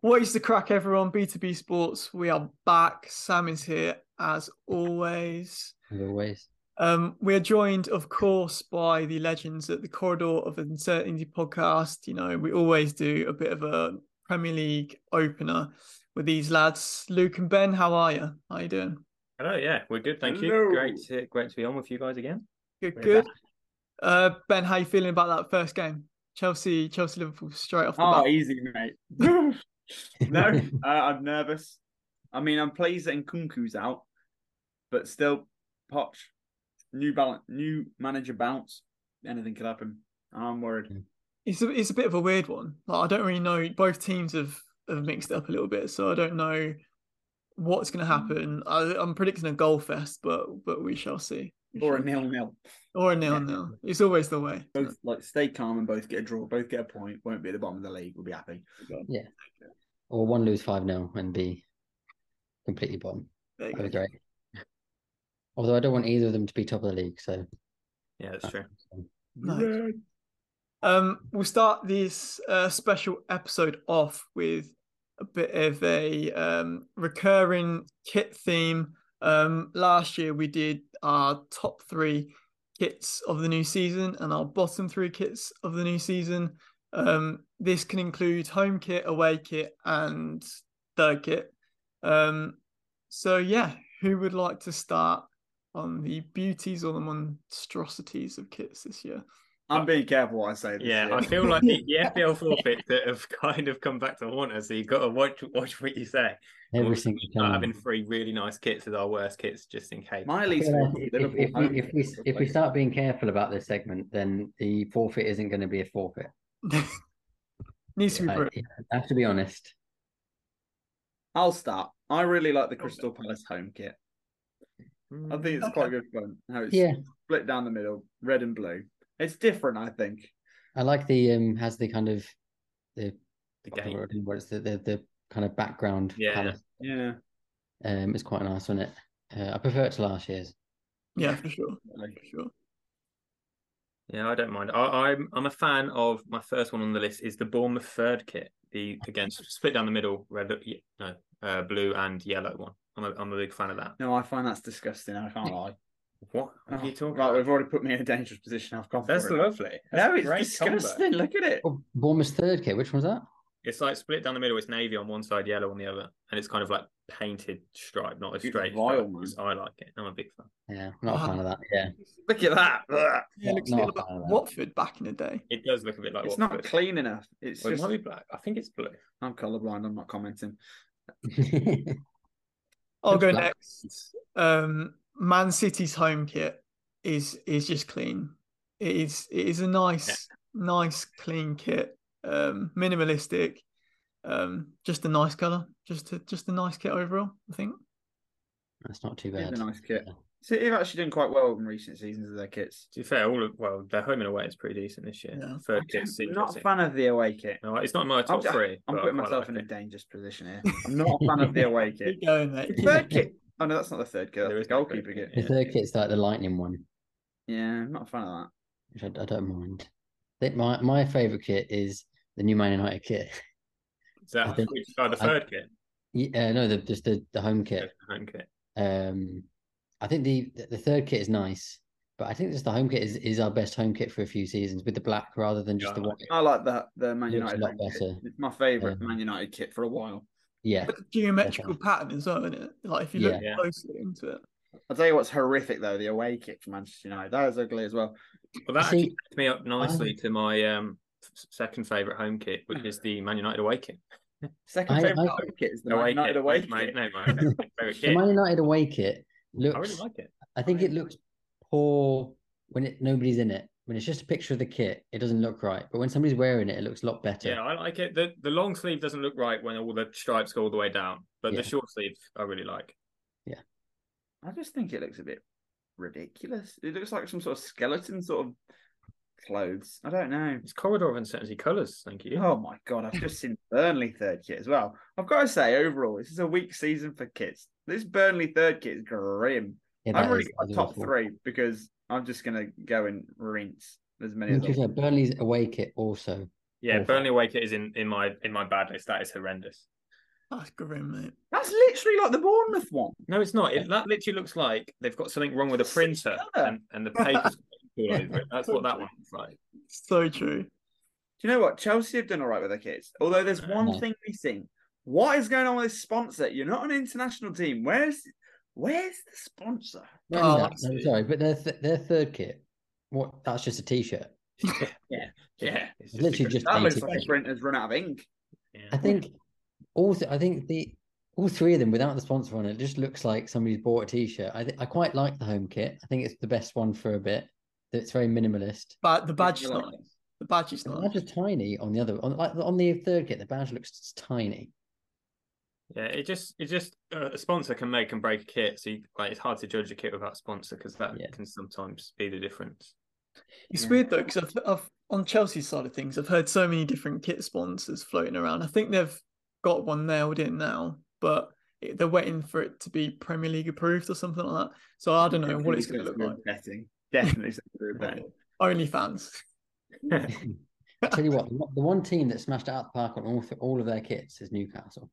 What is the crack, everyone? B2B Sports. We are back. Sam is here as always. As always. Um, we are joined, of course, by the legends at the Corridor of Uncertainty podcast. You know, we always do a bit of a Premier League opener with these lads. Luke and Ben, how are you? How you doing? Hello, yeah, we're good, thank Hello. you. Great, to, great to be on with you guys again. Good, We're good. back. Uh, ben, how you feeling about that first game? Chelsea, Chelsea, Liverpool, straight off the Oh, bat. easy, mate. no, uh, I'm nervous. I mean, I'm pleased that Nkunku's out, but still, Poch, new balance, new manager bounce. Anything could happen. I'm worried. It's a, it's a bit of a weird one. Like, I don't really know. Both teams have, have mixed it up a little bit, so I don't know what's Hmm. going to happen. I, I'm predicting a goal fest, but but we shall see. We Or a shall- nil nil. or a nil nil. It's always the way. Both like stay calm and both get a draw. Both get a point. Won't be at the bottom of the league. We'll be happy. Or one lose five 0 and be completely bottom. There you That'd be go. great. Although I don't want either of them to be top of the league, so Yeah, that's true. Nice. Um, we'll start this uh, special episode off with a bit of a um, recurring kit theme. Um, last year we did our top three kits of the new season and our bottom three kits of the new season. Um, this can include home kit, away kit, and third kit. Um, so yeah, who would like to start on the beauties or the monstrosities of kits this year? I'm being careful what I say. This Yeah, year. I feel like the, the FPL forfeit that have kind of come back to haunt us. So you've got to watch watch what you say. every We'll single start time. having three really nice kits as our worst kits, just in case. my I least. feel like favourite if, Liverpool if, if home we if we is if we place. start being careful about this segment, then the forfeit isn't going to be a forfeit. Needs to be I, brutal. I have to be honest. I'll start. I really like the Crystal Palace home kit. I think it's quite good fun. How it's Yeah, split down the middle, red and blue. It's different, I think. I like the um has the kind of the the I game. don't know what it's the the, the kind of background. Yeah. colour. Yeah. um, it's quite nice, isn't it? Uh, I prefer it to last year's. Yeah, for sure. Like, For sure. Yeah, I don't mind. I, I'm I'm a fan of my first one on the list is the Bournemouth third kit. The again split down the middle, red, ye- no, uh, blue and yellow one. I'm a, I'm a big fan of that. No, I find that's disgusting. I can't lie. What are Oh, you talking Right, about? we've already put me in a dangerous position. I've gone That's for it. lovely. That's no, a it's great combo. disgusting. Look at it. Oh, Bournemouth's third kit. Which one's that? It's like split down the middle. It's navy on one side, yellow on the other, and it's kind of like painted stripe, not a It's straight. vile, stripe, man. 'cause I like it. I'm a big fan. Yeah, I'm not a Ah. fan of that. Yeah, Look at that. Ugh. Yeah, it looks a not little a bit fan of like that. Watford back in the day. It does look a bit like It's Watford. not clean enough. It's Well, it just might be black. I think it's blue. I'm colorblind. I'm not commenting. I'll Looks go black. next. Um, Man City's home kit is is just clean. It is it is a nice nice clean kit. Um, minimalistic. Um, just a nice color. Just a, just a nice kit overall. I think. That's not too It's bad. a nice kit. So they've actually done quite well in recent seasons of their kits. To be fair, all of, well, their home and away is pretty decent this year. Yeah. Third kit, I'm seed not a kit. fan of the away kit. No, it's not in my top I'm- three. but I'm I putting Oh, quite myself like in a it. dangerous position here. I'm not a fan of the away kit. Keep going, mate. The third kit. Oh no, that's not the third kit. There That's is the no third goalkeeper kit, kit. The Yeah. third kit's like the lightning one, Yeah, I'm not a fan of which I, I don't mind. I think my my favorite kit is the new Man United kit. Is that I think- which, oh, the I- third kit? Yeah, uh, no, the, just the, the home Yeah, kit. the home kit. Um, I think the the- the third kit is nice, but I think just the home kit is, is our best home kit for a few seasons with the black rather than just the Yeah. white. that. I like that the Man Looks a United lot home kit. better. It's my favourite Yeah. Man United kit for a while. Yeah, But the geometrical pattern as well, isn't it? Like if you look Yeah. closely into it. I'll tell you what's horrific though, the away kit for Manchester United. That is ugly as well. Well, that see- actually takes me up nicely to my um, s- second favourite home kit, which is the Man United away kit. Second I- favourite I- home kit is the Man away United kit. away my, kit. no, my second favourite the kit. Man United away kit looks. I really like it. I think it looks poor when it nobody's in it. When it's just a picture of the kit, it doesn't look right. But when somebody's wearing it, it looks a lot better. Yeah, I like it. The the long sleeve doesn't look right when all the stripes go all the way down, but Yeah. the short sleeve I really like. I just think it looks a bit ridiculous. It looks like some sort of skeleton sort of clothes. I don't know. It's corridor of uncertainty colours. Thank you. Oh my god, I've just seen Burnley third kit as well. I've got to say, overall, this is a weak season for kits. This Burnley third kit is grim. Yeah, I've that already is- got that is top awful. three because I'm just gonna go and rinse as many And as to I be fair, Burnley's away kit also Yeah, Awful. Burnley away kit is in, in my in my bad list. That is horrendous. That's grim, mate. That's literally like the Bournemouth one. No, it's not. It, that literally looks like they've got something wrong with the printer and, and the paper's all over it. That's what that one looks like. So true. Do you know what? Chelsea have done all right with their kids. Although there's one Yeah. thing missing. What is going on with this sponsor? You're not an international team. Where's where's the sponsor? Not Oh, only I that, no, see. sorry, but their th- their third kit, what? That's just a t-shirt. Yeah, it's It's literally a- just That looks dated. like a printer's run out of ink. yeah. I think all th- I think the all three of them without the sponsor on it just looks like somebody's bought a t-shirt. I th- I quite like the home kit. I think it's the best one for a bit. It's very minimalist. But the badge is Like not. The badge is The not. badge is tiny on the other on like on the third kit. The badge looks tiny. Yeah, it just it just uh, a sponsor can make and break a kit. So you, like it's hard to judge a kit without a sponsor because that Yeah. can sometimes be the difference. It's Yeah. weird though, because I've, I've on Chelsea's side of things, I've heard so many different kit sponsors floating around. I think they've got one nailed in now, but it, they're waiting for it to be Premier League approved or something like that. So I don't know what it's going to look like. Betting. Definitely something to do with betting. Only fans. I tell you what, the one- the one team that smashed it out the park on all, th- all of their kits is Newcastle.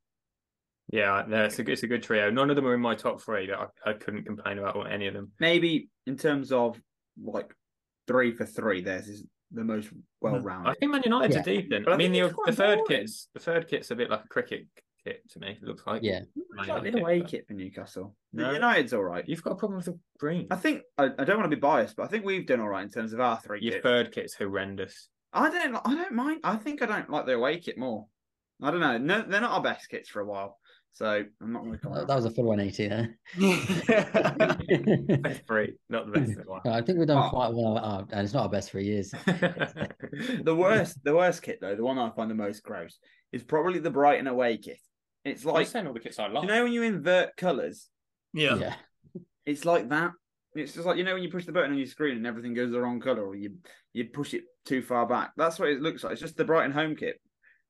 Yeah, no, it's a good- it's a good trio. None of them are in my top three. That I, I couldn't complain about or any of them. Maybe in terms of like three for three, theirs is the most well I rounded. think Man United's Yeah. are deep then. Mm-hmm. But I I mean, think the, it's quite the third boring. kit's the third kit's a bit like a cricket kit to me. It looks like Yeah, It's like an away kit for Newcastle. The No. United's all right. You've got a problem with the green. I think I, I don't want to be biased, but I think we've done all right in terms of our three. Your kits. third kit's horrendous. I don't. I don't mind. I think I don't like the away kit more. I don't know. No, they're not our best kits for a while, so I'm not going to that, comment. that was a full 180 there. Best three, not the best one. No, I think we've done Oh. quite well, uh, and it's not our best three years. The worst, the worst kit though, the one I find the most gross, is probably the Brighton away kit. It's I'm like saying all the kits I you like. know when you invert colours, yeah. yeah. it's like that. It's just like you know when you push the button on your screen and everything goes the wrong colour, or you you push it too far back. That's what it looks like. It's just the Brighton home kit,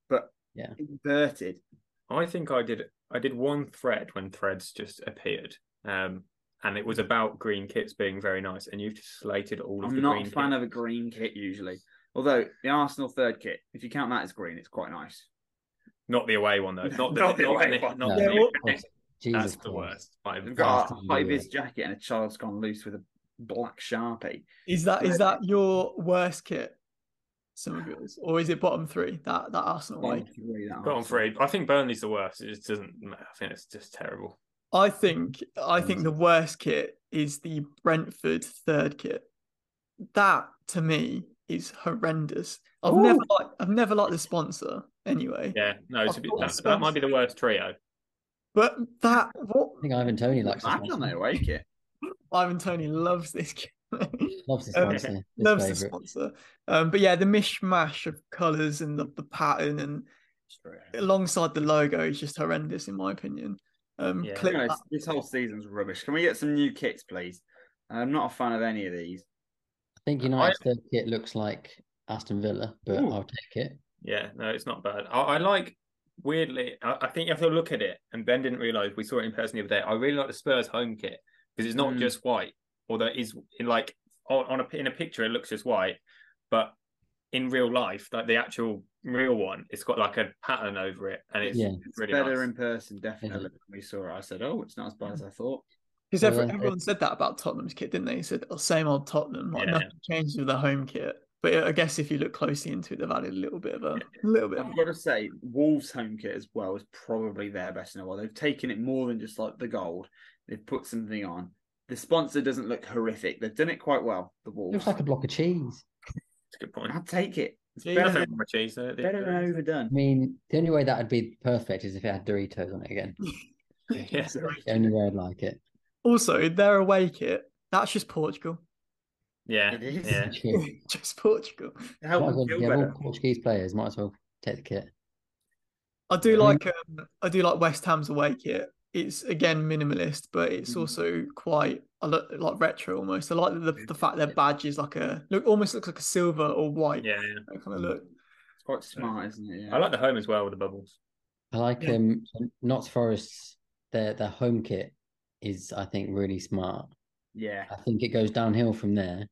but Yeah. inverted. I think I did. I did one thread when threads just appeared, um, and it was about green kits being very nice. And you've just slated all of I'm the not green. a fan kits. of a green kit usually. Although the Arsenal third kit, if you count that as green, it's quite nice. not the away one though. Not the, Not the away away one. one. Not No. the, Yeah, Jesus that's the Christ. worst. I- They've got a Bastard, high yeah. vis jacket and a child's gone loose with a black sharpie. Is that is that your worst kit? Some of yours, or is it bottom three? That that Mm. Arsenal way. Like, really, that Bottom Arsenal. three. I think Burnley's the worst. It just doesn't. I think it's just terrible. I think Mm-hmm. I think the worst kit is the Brentford third kit. That to me is horrendous. I've never liked, I've never liked the sponsor anyway. Yeah, no, it's a I've bit, got that, Spurs. that might be the worst trio. But that what I think Ivan Tony likes this Back one. on their away kit. Ivan Tony loves this kit. Loves this Um, one. so his loves the favourite. sponsor. Um, but yeah, the mishmash of colours and the, the pattern and alongside the logo is just horrendous in my opinion. Um Yeah. clip Anyway, that. this whole season's rubbish. Can we get some new kits, please? I'm not a fan of any of these. I think United's third kit looks like Aston Villa, but Ooh. I'll take it. Yeah, no, it's not bad. I, I like weirdly. I, I think you have to look at it, and Ben didn't realize we saw it in person the other day. I really like the Spurs home kit because it's Hmm. not Mm. just white, although it is in like on, on a in a picture it looks just white, but in real life, like the actual real one, it's got like a pattern over it, and it's, Yeah. it's really Better nice. in person, definitely. When we saw it, I said, "Oh, it's not as bad as I thought." Because Well, every, then it- everyone said that about Tottenham's kit, didn't they? They said, oh, same old Tottenham, like Yeah. nothing changes with the home kit. But I guess if you look closely into it, they've added a little bit of a little bit. Of, I've got to say, Wolves' home kit as well is probably their best in a while. They've taken it more than just like the gold. They've put something on. The sponsor doesn't look horrific. They've done it quite well. The Wolves. Looks like a block of cheese. It's a good point. I'd take it. It's Yeah, better, Nothing wrong with cheese, though. better than overdone. I mean, the only way that would be perfect is if it had Doritos on it again. Yeah. The only way I'd like it. also, their away kit that's just Portugal, Yeah, It is. yeah. True. just Portugal. Help Might as them well, feel yeah, better. all Portuguese players might as well take the kit. I do Yeah. like um, I do like West Ham's away kit. It's again minimalist, but it's Mhm. Mm. also quite I look like retro almost. I like the, the fact their badge is like a look almost looks like a silver or white Yeah, Mm. kind of look. It's quite smart, isn't it? yeah. I like the home as well with the bubbles. I like Yeah. um Notts Forest's their their home kit is I think really smart. Yeah. I think it goes downhill from there.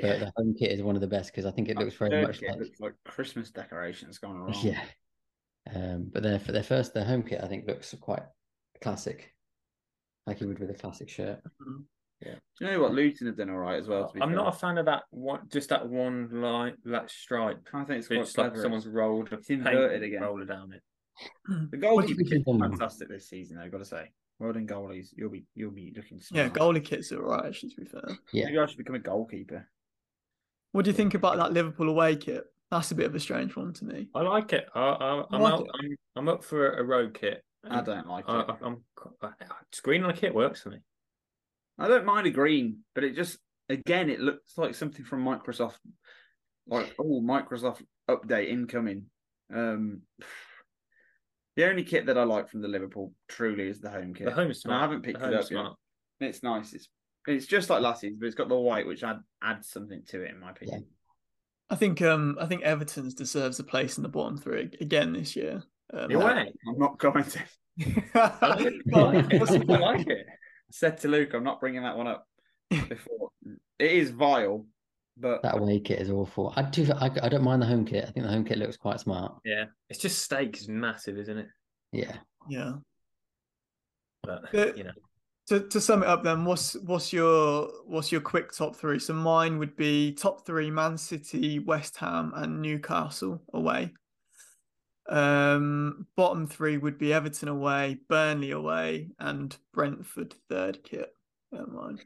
But the home kit is one of the best because I think it looks very Third much kit like looks like Christmas decorations gone wrong. yeah. Um, but their their first their home kit I think looks quite classic, like you would with a classic shirt. You know what? Luton have done all right as well. To be I'm fair. not a fan of that one, just that one line, that stripe. I think it's It's, quite like clever. someone's rolled a It's inverted again. roller down it. The What do you goalkeeper think kit's of them? fantastic this season, though. Got to say, well done goalies. You'll be you'll be looking. Yeah, Smart. goalie kits are alright, actually, to be fair. Maybe I should become a goalkeeper. What do you think about that Liverpool away kit? That's a bit of a strange one to me. I like it. I, I, I'm Like out. it. I'm, I'm up for a road kit. I don't like I, it. I- I'm I- it's green on a kit works for me. I don't mind a green, but it just again it looks like something from Microsoft. Like oh, Microsoft update incoming. Um, the only kit that I like from the Liverpool truly is the home kit. The home smart. haven't picked the it home up yet. It's nice. It's it's just like last season, but it's got the white, which ad- adds something to it, in my opinion. I think um I think Everton's deserves a place in the bottom three again this year. Um, You're right. I'm not commenting. Well, I like it. I said to Luke, I'm not bringing that one up before. It is vile, but That away kit is awful. I do I, I don't mind the home kit. I think the home kit looks quite smart. Yeah, it's just steak is massive, isn't it? Yeah. yeah. But Uh, The- you know, To to sum it up then, what's what's your what's your quick top three? So mine would be top three Man City, West Ham and Newcastle away. Um bottom three would be Everton away, Burnley away, and Brentford third kit. Never mind.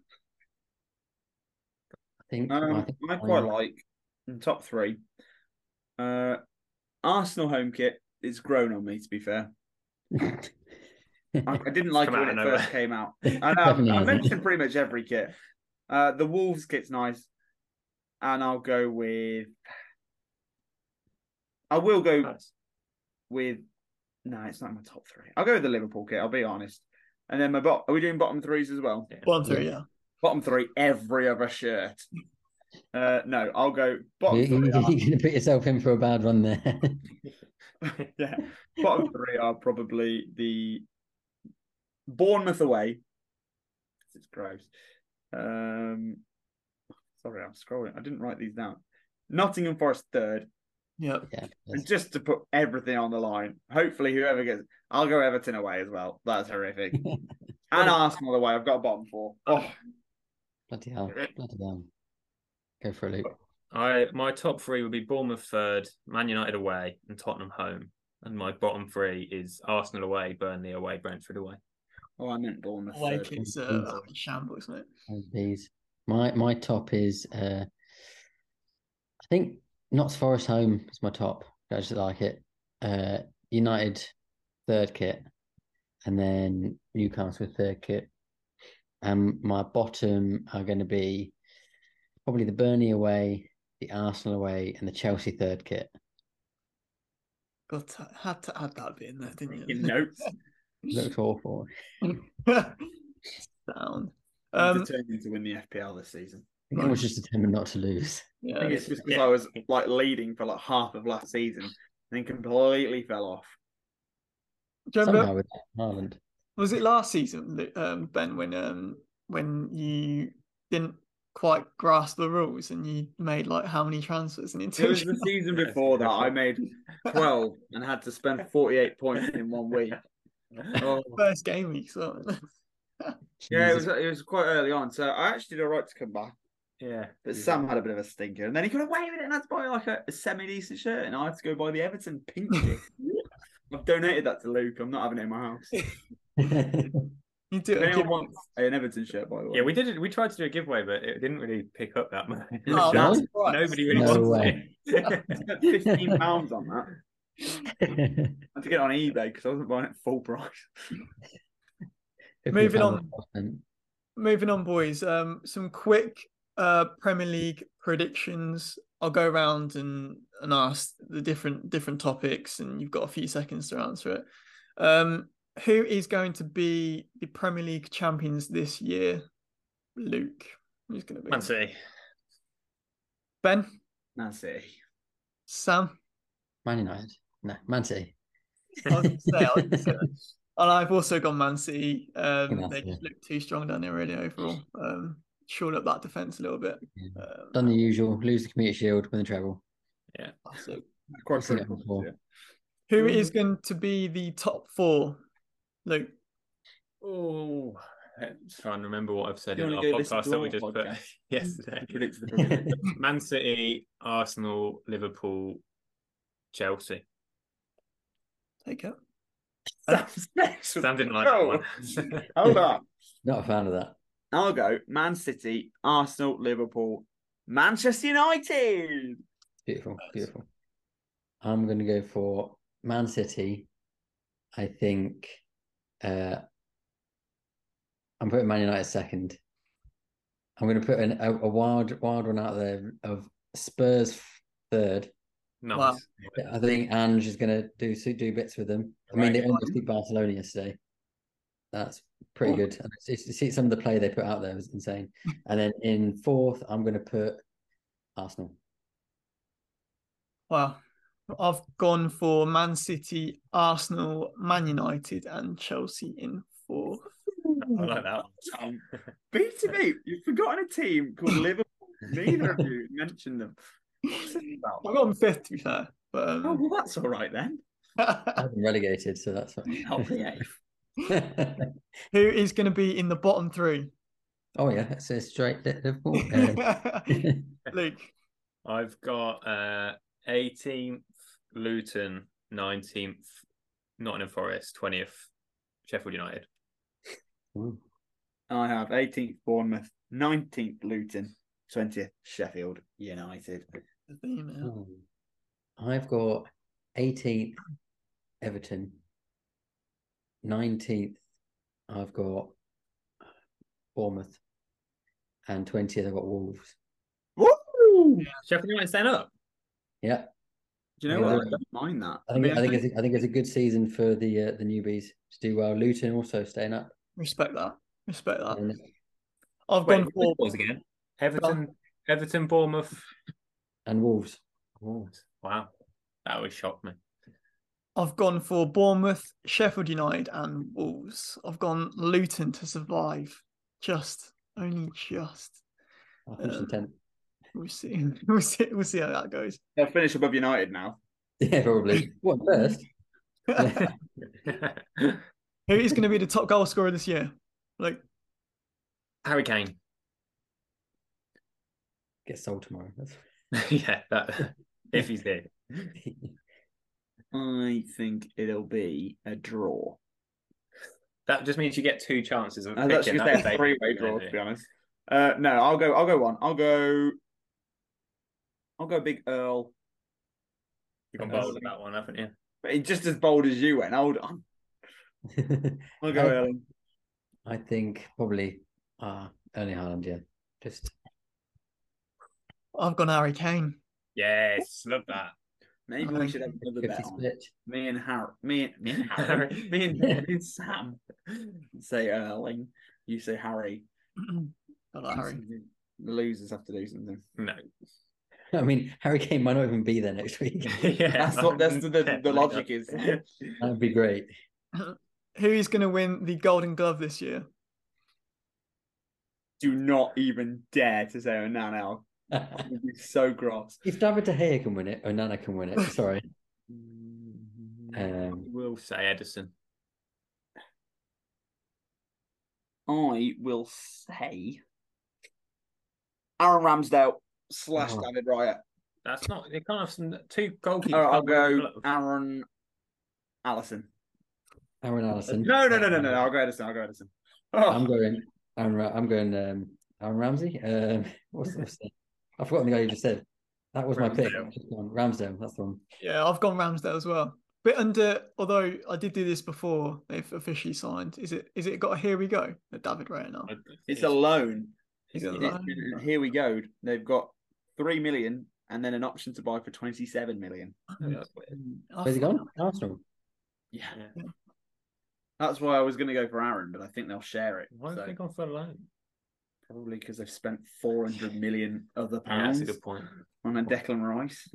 I think, I, um, think I quite like in top three. Uh, Arsenal home kit is grown on me, to be fair. I, I didn't like it come out when it of nowhere. first came out. I know. Definitely I hasn't. mentioned pretty much every kit. Uh, the Wolves kit's nice, and I'll go with. I will go that's- with. No, it's not my top three. I'll go with the Liverpool kit. I'll be honest. And then my bot. Are we doing bottom threes as well? yeah. Bottom three, yeah. Bottom three, every other shirt. Uh, no, I'll go You, bottom you, three. you're Are, going to put yourself in for a bad run there. yeah, bottom three are probably the Bournemouth away. It's gross. Um, sorry, I'm scrolling. I didn't write these down. Nottingham Forest third, Yeah. yeah. and just to put everything on the line, hopefully whoever gets, I'll go Everton away as well. That's horrific. and Arsenal away. I've got a bottom four. Oh, Bloody hell. Bloody hell. Go for a loop. I my top three would be Bournemouth third, Man United away, and Tottenham home. And my bottom three is Arsenal away, Burnley away, Brentford away. oh, I meant Bournemouth. Away third. kit's uh, shambles, mate. Oh, These. My my top is uh I think Notts Forest home is my top. I just like it. Uh United third kit and then Newcastle third kit. And my bottom are gonna be probably the Burnley away, the Arsenal away, and the Chelsea third kit. Got to, had to add that bit in there, didn't In you? notes. Looks awful. Sound. I'm Um, determined to win the FPL this season. I think I was just determined not to lose. I think uh, yeah, it's just because I was like leading for like half of last season and then completely fell off. do you remember, Somehow with Haaland. was it last season, that, um, Ben, when um, when you didn't quite grasp the rules and you made like how many transfers and It was intention? the season before that I made 12 and had to spend 48 points in one week. Oh. First game week, so Yeah, it was, it was quite early on. So I actually did all right to come back. Yeah, But Sam had a bit of a stinker. And then he got away with it and had to buy like a, a semi decent shirt. And I had to go buy the Everton pink kit. I've donated that to Luke. I'm not having it in my house. Jesus. you do it. If anyone again. wants an Everton shirt, by the way. Yeah, we did. it- We tried to do a giveaway, but it didn't really pick up that much. Oh, that's right. Nobody really No wants way. it. spent 15 pounds on that. I had to get it on eBay because I wasn't buying it full price. If we Moving found on. the apartment, Moving on, boys. Um, some quick uh Premier League predictions. I'll go around and and ask the different different topics, and you've got a few seconds to answer it. Um, who is going to be the Premier League champions this year? Luke. Who's going to be? Man City. Ben. Nancy. Sam. Man United. No, Man City. I was gonna say, I was gonna say that. and I've also gone Man City. Um, Good they answer. just look too strong down there, really overall. Um, shore up that defense a little bit. Yeah. Um, Done the usual, lose the community shield, win the treble. so Quite I've seen it critical, before. yeah. who Mm-hmm. is going to be the top four? Luke, Oh, let's try and remember what I've said You in wanna our go listen podcast to that we our just put podcast? yesterday. Predict the Premier League. Man City, Arsenal, Liverpool, Chelsea. take it. Sam Smith. Sam didn't like Oh. that one. Hold up. Not a fan of that. I'll go Man City, Arsenal, Liverpool, Manchester United. Beautiful, beautiful. I'm going to go for Man City. I think uh, I'm putting Man United second. I'm going to put an, a, a wild, wild one out there of Spurs third. nice. Wow. I think Ange is going to do so- do bits with them. I mean, Right. they almost beat Barcelona yesterday. That's pretty good. And it's- it's- see some of the play they put out there was insane. And then in fourth, I'm going to put Arsenal. Wow. I've gone for Man City, Arsenal, Man United, and Chelsea in four. I like that Um, one. Beat to beat. You've forgotten a team called Liverpool. Neither of you mentioned them. What's I've it about? got them fifth, to be fair. But, Oh, um, well, that's all right then. Oh. Oh, I've been relegated, so that's I'll be fine. eighth. who is going to be in the bottom three? oh yeah, so it's straight Li- Liverpool. Uh, Luke, I've got uh, 18th Luton, 19th Nottingham Forest, 20th Sheffield United. ooh, I have 18th Bournemouth, 19th Luton, 20th Sheffield United. the theme here. ooh. Oh, I've got 18th Everton, 19th. I've got Bournemouth, and 20th. I've got Wolves. Woo! Sheffield United stand up. Yeah, Do you know Yeah, what? they're- I don't mind that. I think mean, I think it's, a- I think it's a good season for the uh, the newbies to do well. Luton also staying up. Respect that. Respect that. And I've Mm. Wait, gone for who's again? Everton, Everton, Bournemouth. and Wolves. Wolves. Wow, that would shock me. I've gone for Bournemouth, Sheffield United, and Wolves. I've gone Luton to survive. Just only just. I finished in Uh, 10th. We'll see. We'll see. We'll see how that goes. they'll finish above United now. Yeah, probably. What first? Who is going to be the top goal scorer this year? Like, Harry Kane. Get sold tomorrow. That's yeah, that, if he's there. I think it'll be a draw. That just means you get two chances of I was picking. actually going to That's say a eight. three-way draw, to be honest. Uh, no, I'll go. I'll go one. I'll go. I'll go Big Earl, You've gone bold with that one, haven't you? but he's just as bold as you went. Hold on. I'll Okay. go Earl. I think probably uh Erling Haaland, yeah. Just I've gone Harry Kane. Yes, love that. Maybe Okay. we should have another 50 bet on split. me and Harry. Me and me and Harry. me, and, me and Sam say Erling. You say Harry. Got Harry. The losers have to do something. No. I mean, Harry Kane might not even be there next week. yeah, That's what. That's the the, the definitely not. logic is. That'd be great. Who is going to win the Golden Glove this year? Do not even dare to say "Oh, Onana. You'd be so gross. if David De Gea can win it, or Nana can win it, sorry. I Um, will say Edison. I will say Aaron Ramsdale slash Oh. David Raya. That's not. They can't have some two goalkeepers. All right, I'll can't win go the glove. Aaron Allison. Aaron Allison. Um, No, no, no, no, no. I'll go Edison. I'll go Edison. I'm Oh, going Aaron Ra- I'm going um Aaron Ramsey. Um what's, what's that? I've forgotten the guy you just said. That was my pick. Ramsdale. Just one. Ramsdale, that's the one. Yeah, I've gone Ramsdale as well. Bit under, although I did do this before they've officially signed. Is it? Is it got a here we go? A David Ray now. I- it's a loan. Is it It's- a it's- loan? Here we go. They've got three million and then an option to buy for twenty-seven million. That's weird. Mm, I Where's he thought- gone? Arsenal. Yeah, Yeah. that's why I was going to go for Aaron, but I think they'll share it. Why have so- they gone for a loan? Probably because they've spent four hundred million other Yeah, that's pounds a good point. on a Declan Rice.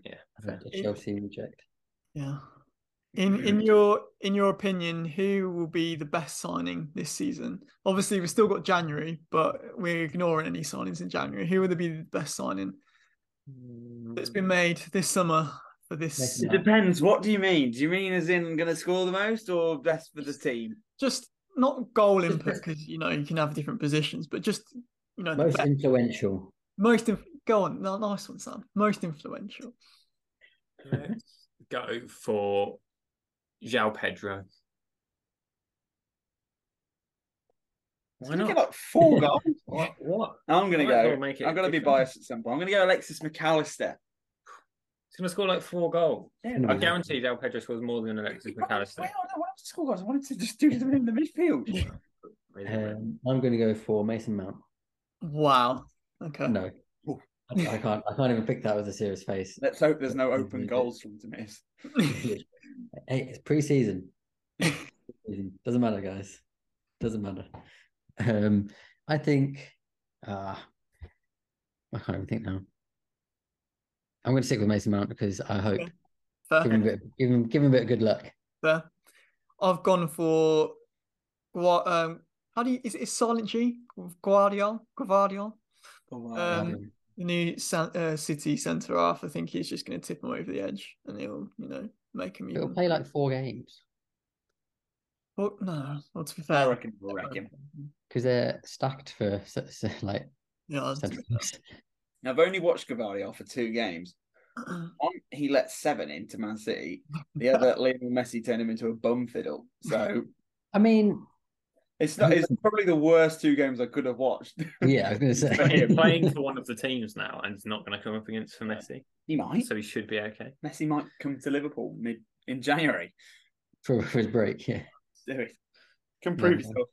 Chelsea reject. Yeah. In in your in your opinion, who will be the best signing this season? Obviously, we've still got January, but we're ignoring any signings in January. Who would be the best signing Mm, that's been made this summer for this? It depends. What do you mean? Do you mean as in going to score the most or best for the team? Just not goal input because you know you can have different positions, but just you know the Most best- influential. most inf- go on, no, nice one, Sam. Most influential. Let's go for João Pedro. Why He's gonna not? get like four goals. What? What? I'm gonna Might as go. well make it I'm gonna be different. biased at some point. I'm gonna go Alexis McAllister. He's going to score like four goals. I Phenomenal. guarantee João Pedro scores more than Alexis McAllister. Wait, I don't want to score goals. I wanted to just do them in the midfield. Um, I'm going to go for Mason Mount. Wow. Uh, Okay. No, Ooh. I, I can't. I can't even pick that with a serious face. Let's hope there's no open goals for him to miss. hey, it's pre-season. Pre-season. Doesn't matter, guys. Doesn't matter. Um, I think. Uh, I can't even think now. I'm going to stick with Mason Mount because I hope Okay. give him a Fair. bit. Give him. Give him a bit of good luck. Fair. I've gone for what? Um, how do you? Is it is silent G? Guardiol. Guardiol. Oh, wow. Um, the new San, uh, City centre half. I think he's just going to tip him over the edge, and he'll, you know, make him. It'll Even... play like four games Well, no, well, to be I fair, reckon we'll wreck him. because they're stacked for s- s- like yeah, I was- central backs. Now, I've only watched Gavardiol for two games. One, he let seven into Man City. The other, Lionel Messi turned him into a bum fiddle. So I mean, it's not. It's probably the worst two games I could have watched. yeah, I was going to say. But yeah, playing for one of the teams now and he's not going to come up against for Messi. He might. So he should be okay. Messi might come to Liverpool mid in January. for, for his break. Yeah, Do it. Can prove Yeah. yourself.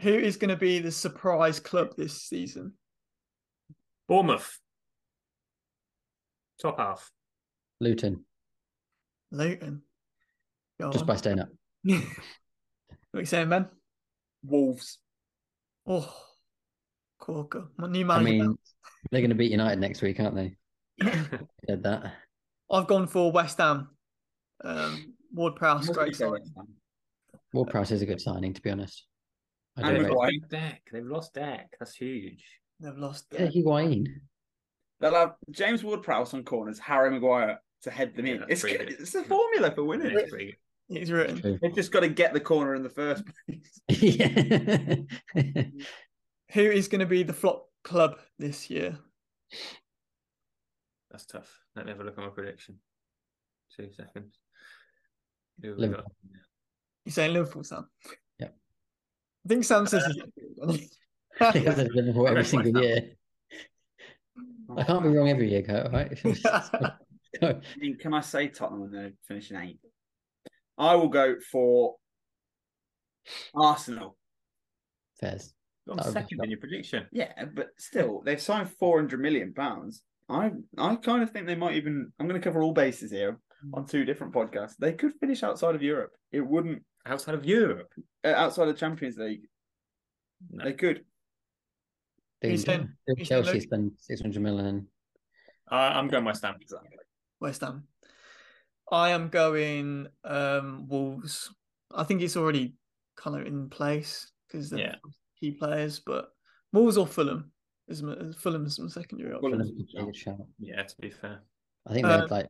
who is going to be the surprise club this season? Bournemouth. Top half. Luton Luton. Go just on. by staying up. what are you saying, Ben? Wolves. Oh, Corker, my new I manager. mean, they're going to beat United next week, aren't they? I've Said that. I've gone for West Ham. Um, Ward Prowse, Must be great so signing. much fun. Ward Prowse is a good signing, to be honest. I And don't rate- Maguire. lost Deck. They've lost Deck. That's huge. They've lost. Yeah, Higuain. They'll have James Ward Prowse on corners, Harry Maguire to head them Yeah, in. that's it's pretty good. good. It's a formula for winning. It's pretty good. He's written. True. They've just got to get the corner in the first place. yeah. Who is going to be the flop club this year? That's tough. Let me have a look at my prediction. Two seconds. Who have we got? Liverpool. You're saying Liverpool, Sam? Yeah. I think Sam says They have he's said Liverpool every That's my single style. year. I can't be wrong every year, Kurt. all Right? So, I mean, can I say Tottenham when they're finishing eighth? I will go for Arsenal. Fairs. You're That on would be second in your prediction. Yeah, but still, they've signed four hundred million pounds. I I kind of think they might even. I'm going to cover all bases here on two different podcasts. They could finish outside of Europe. It wouldn't Outside of Europe. uh, outside of Champions League. No. They could. They- He's done- they- he's done Chelsea loads. spend 600 million. I Uh, I'm going my stamp. West Ham. I am going um, Wolves. I think it's already kind of in place because they're Yeah. key players, but Wolves or Fulham is my, Fulham's my secondary option. Fulham. Fulham's a good shout. Yeah, to be fair. I think they're Um, like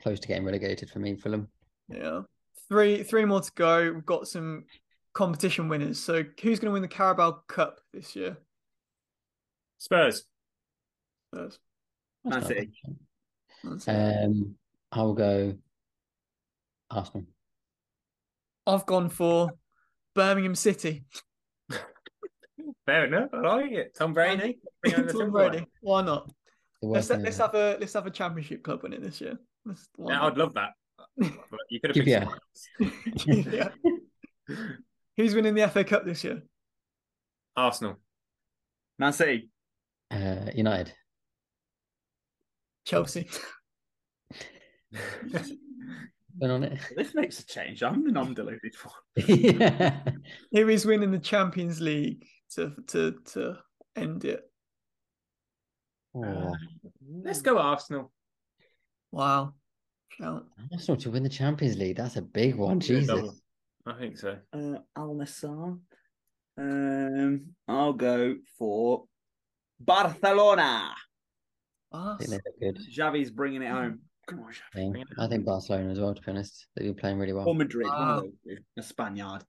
close to getting relegated for me, Fulham. Yeah, three three more to go. We've got some competition winners. So who's going to win the Carabao Cup this year? Spurs. That's- Man That's not a City. bad shout. that's it. Um, I'll go Arsenal. I've gone for Birmingham City. Fair enough. I like it. Tom Brady. Bring over the Tom silverware. Brady. Why not? The Let's worst thing let's ever. have a let's have a championship club win it this year. Let's- why Yeah, not? I'd love that. But you could Give have picked you- someone else. yeah. Who's winning the FA Cup this year? Arsenal. Man City. Uh, United. Chelsea. Been on it. This makes a change. I'm the non-deluded one. Who is winning the Champions League to to to end it? Oh, Let's go Arsenal. Wow. count. Arsenal to win the Champions League. That's a big one. Jesus. Double. I think so. Uh, Al Nassr. Um, I'll go for Barcelona. I think they look good. Xavi's bringing Oh. it home. Come on, Xavi. Yeah. I think Barcelona as well, to be honest. They've been playing really Or well. Madrid, one Wow. of those. two. A Spaniard.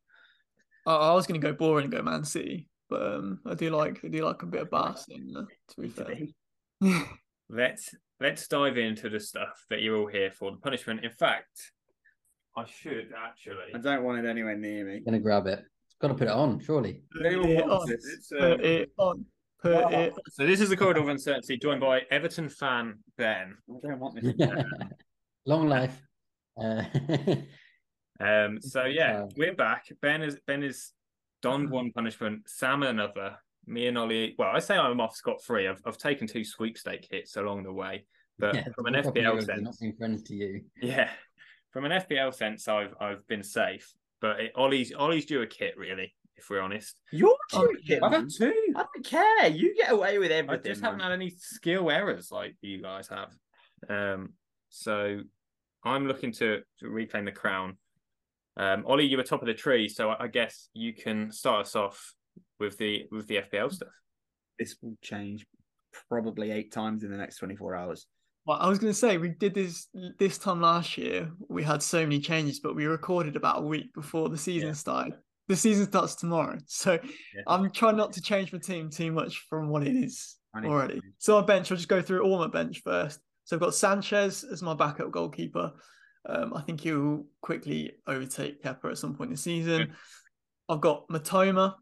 I, I was going to go boring and go Man City, but um, I do like I do like a bit of Barca in there, to be fair. Let's let's dive into the stuff that you're all here for. The punishment. In fact, I should actually. I don't want it anywhere near me. I'm gonna grab it. Gotta put it on, surely. If anyone Yeah, wants on. this, It's, Put uh, it on. Put Wow. it. so this is the corridor of uncertainty, joined by Everton fan Ben. I don't want this. Long life. Uh, Um, so yeah, Wow. we're back. Ben is Ben is Mm-hmm. donned one punishment, Sam another, me and Ollie. Well, I say I'm off scot free. I've I've taken two sweepstake hits along the way, but yeah, from an the proper FPL Euros, they've sense, Not being friends to you. yeah, from an FPL sense, I've I've been safe. But it, Ollie's Ollie's due a kit really, if we're honest. You're Oh, joking. I've man. had two. Mm. I don't care. You get away with I everything. just haven't man. had any skill errors like you guys have. Um, so I'm looking to, to reclaim the crown. Um, Ollie, you were top of the tree, so I, I guess you can start us off with the with the FPL stuff. This will change probably eight times in the next 24 hours. Well, I was going to say we did this this time last year. We had so many changes, but we recorded about a week before the season Yeah. started. The season starts tomorrow, so Yeah. I'm trying not to change my team too much from what it is I need to already. change. So my bench, I'll just go through all my bench first. So I've got Sanchez as my backup goalkeeper. Um, I think he'll quickly overtake Kepa at some point in the season. I've got Matoma,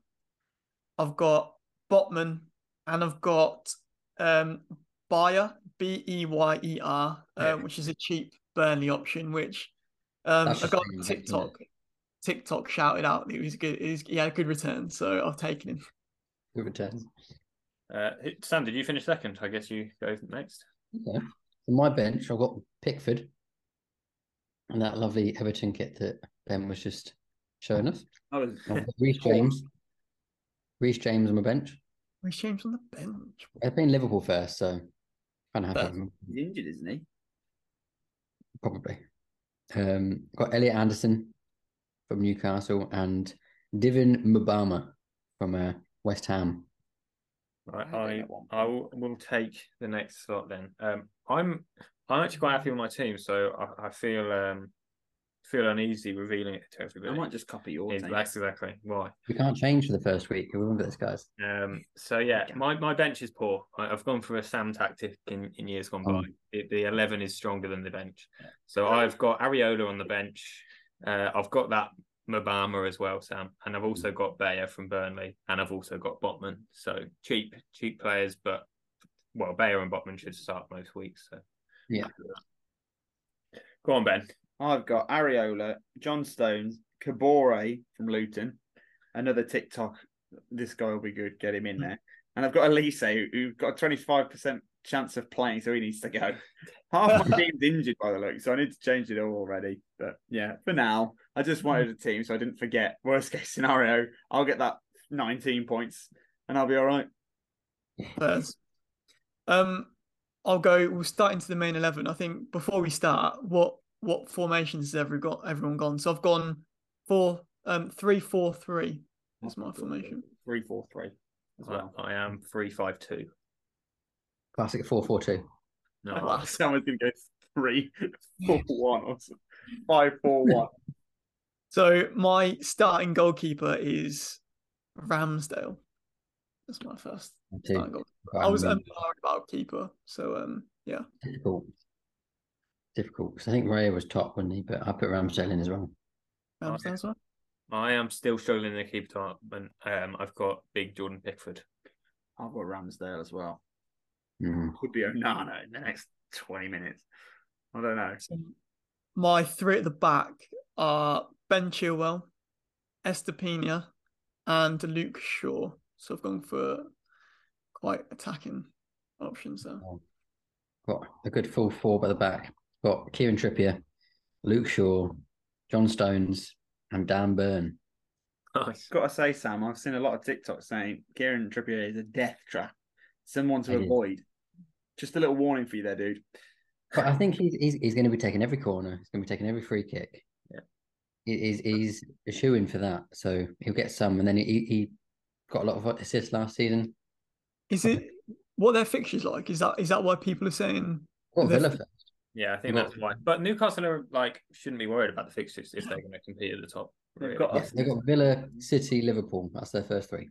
I've got Botman, and I've got um, Bayer, B E Y E R, Yeah. um, which is a cheap Burnley option, which um, That's I just got really on good, isn't it? TikTok. TikTok shouted out that he was good. He, was, he had a good return, so I've taken him. Good return. Uh, Sam, did you finish second? I guess you go next. Okay. So my bench, I've got Pickford and that lovely Everton kit that Ben was just showing us. I was I've got Reece James. Reece James on my bench. We James on the bench. They're playing Liverpool first, so kind of happy. Fair. with them, he's injured, isn't he? Probably. Um, got Elliot Anderson from Newcastle and Divin Mubama from uh, West Ham. Right, I I think that one- I will, will take the next slot then. Um, I'm I'm actually quite happy with my team, so I, I feel um feel uneasy revealing it to I everybody. might just copy your Yeah, take. That's exactly why. We can't change for the first week. Remember this, guys. Um, so yeah, Okay. my, my bench is poor. I, I've gone for a Sam tactic in, in years gone by. Oh. The, the eleven is stronger than the bench. So I've got Ariola on the bench. Uh, I've got that Mabama as well, Sam, and I've also got Bayer from Burnley, and I've also got Botman. So cheap, cheap players, but well, Bayer and Botman should start most weeks. So Yeah. go on, Ben. I've got Ariola, John Stones, Kabore from Luton, another TikTok. This guy will be good. Get Hmm. him in there. And I've got Elise, who, who's got a twenty-five percent chance of playing, so he needs to go. Half my team's injured by the look, so I need to change it all already. But yeah, for now, I just Hmm. wanted a team, so I didn't forget. Worst case scenario, I'll get that nineteen points, and I'll be all right. Spurs. Um, I'll go. We'll start into the main eleven. I think before we start, what what formations has every got everyone gone? So I've gone four, um, three, four, three. That's my formation. Three, four, three. As well. I, I am three five two. Classic 4 4 2. Oh, No, Someone's gonna go three, four, one, or something. five, four, one. So my starting goalkeeper is Ramsdale. That's my first starting goal. I was um, worried about keeper. So um, yeah. difficult. Difficult. 'Cause I think Raya was top, wasn't he? But I put Ramsdale in as well. Ramsdale's Okay. one. I am still struggling in the keep department. Um, I've got big Jordan Pickford. I've got Ramsdale as well. Mm. Could be Onana in the next 20 minutes. I don't know. So my three at the back are Ben Chilwell, Estepina, and Luke Shaw. So I've gone for quite attacking options there. Got a good full four by the back. Got Kieran Trippier, Luke Shaw, John Stones, and Dan Byrne. Nice. Got to say, Sam, I've seen a lot of TikTok saying Kieran Trippier is a death trap, someone to It is. avoid. Just a little warning for you there, dude. But I think he's he's, he's going to be taking every corner. He's going to be taking every free kick. Yeah. He- he's he's a shoe in for that. So he'll get some, and then he he got a lot of assists last season. Is it what their fixtures like? Is that is that why people are saying Well, The- Villa first. Yeah, I think Well- that's why. But Newcastle are like shouldn't be worried about the fixtures if they're going to compete at the top. They've really. got Yeah, us. they got Villa, City, Liverpool. That's their first three.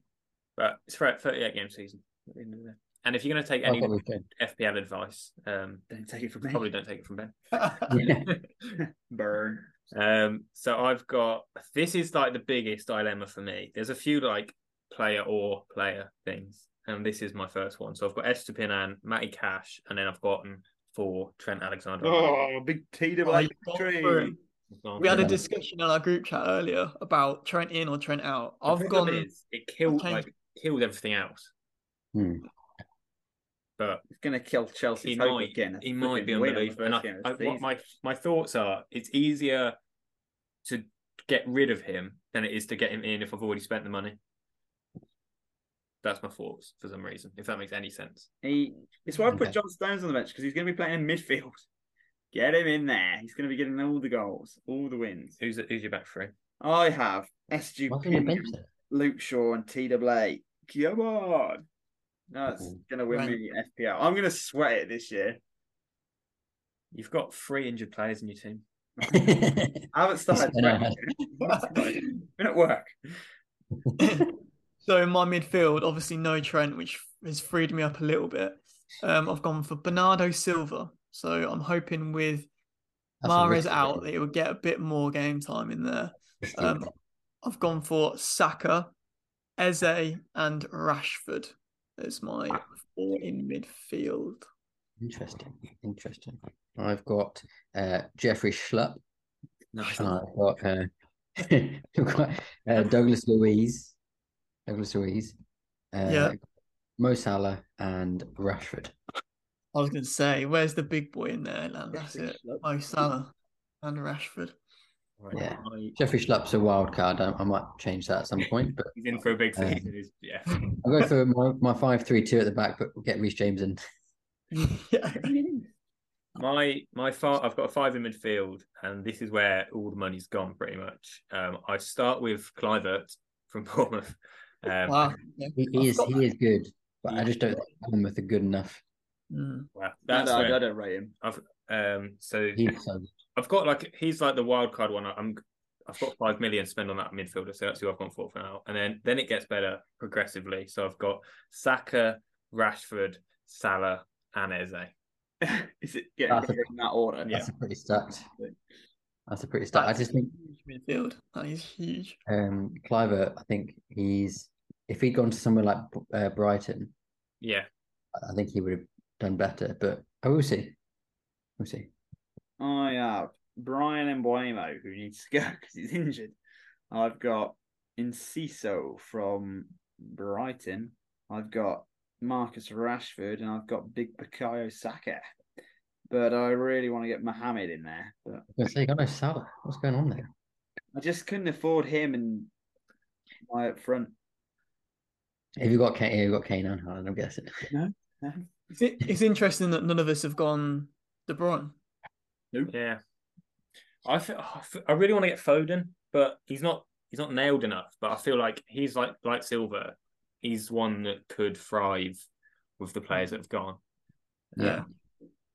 But it's for a 38 game season. at the end of the day. And if you're going to take I've any got weekend. FPL advice, um, Don't take it from me. probably don't take it from Ben. Yeah. Burn. Um, so I've got this is like the biggest dilemma for me. There's a few like player or player things, and this is my first one. So I've got Estepinan, Matty Cash, and then I've gotten for Trent Alexander. Oh, big T double Oh, A you've gone for tree. it. we had a discussion in our group chat earlier about Trent in or Trent out? I've gone. it killed I've changed- like killed everything else, Hmm. but It's gonna kill Chelsea. he might he might be on the leave. And I, I, what my my thoughts are, it's easier to get rid of him than it is to get him in if I've already spent the money. That's my thoughts for some reason. If that makes any sense. He, it's why I put Okay. John Stones on the bench because he's going to be playing in midfield. Get him in there. He's going to be getting all the goals, all the wins. Who's who's your back three? I have SG Why couldn't you Pin, bench it? Luke Shaw, and TWA. Come on. That's Mhm. going to win Right. me FPL. I'm going to sweat it this year. You've got three injured players in your team. I haven't started. I know. sweating. been at work. so in my midfield, obviously no Trent, which has freed me up a little bit. Um, I've gone for Bernardo Silva. So I'm hoping with That's a Mares risky out game. that it will get a bit more game time in there. Risky Um, game. I've gone for Saka, Eze, and Rashford as my four in midfield. Interesting. Interesting. I've got uh, Jeffrey Schlupp. Nice. and I've got, uh, I've got, uh, Douglas Louise. Douglas Louise. Uh, Yeah. Mo Salah and Rashford. I was going to say, where's the big boy in there, Lan? That's it. Mo Salah and Rashford. Right. Yeah. I- Jeffrey Schlupp's a wild card. I, I might change that at some point, but He's in for a big Uh, season. He's, yeah. I'll go for my, my five three two at the back, but get Reece James in. yeah. My my far, I've got a five in midfield, and this is where all the money's gone pretty much. Um, I start with Clivert from Bournemouth. Um, Ah. Wow. He I've he is got he is good, but I Yeah. just don't think Bournemouth are good enough. Mm. wow. I That's don't- I where, don't rate him. um. So He's so I've got like he's like the wild card one. I'm I've got five million spent on that midfielder, so that's who I've gone for for now. And then then it gets better progressively. So I've got Saka, Rashford, Salah, and Eze. Is it getting That's a- better in that order? Yeah. that's a pretty stacked. That's a pretty stacked. I That's just think huge midfield. That is huge. um, Cliver. I think he's if he'd gone to somewhere like uh, Brighton, Yeah, I think he would have done better. But I will see. We'll see. I have Brian Embuemo, who needs to go because he's injured. I've got Inciso from Brighton. I've got Marcus Rashford, and I've got Big Bakayo Saka. But I really want to get Mohamed in there. But I was gonna say, you got no Salah. What's going on there? I just couldn't afford him and my up front. Have you got Kane? Have you got Kane and Haaland? I'm guessing. It's, it's interesting that none of us have gone De Bruyne. yeah. I feel, oh, I feel- I really want to get Foden, but he's not he's not nailed enough. But I feel like he's like like Silver. He's one that could thrive with the players that have gone. Yeah.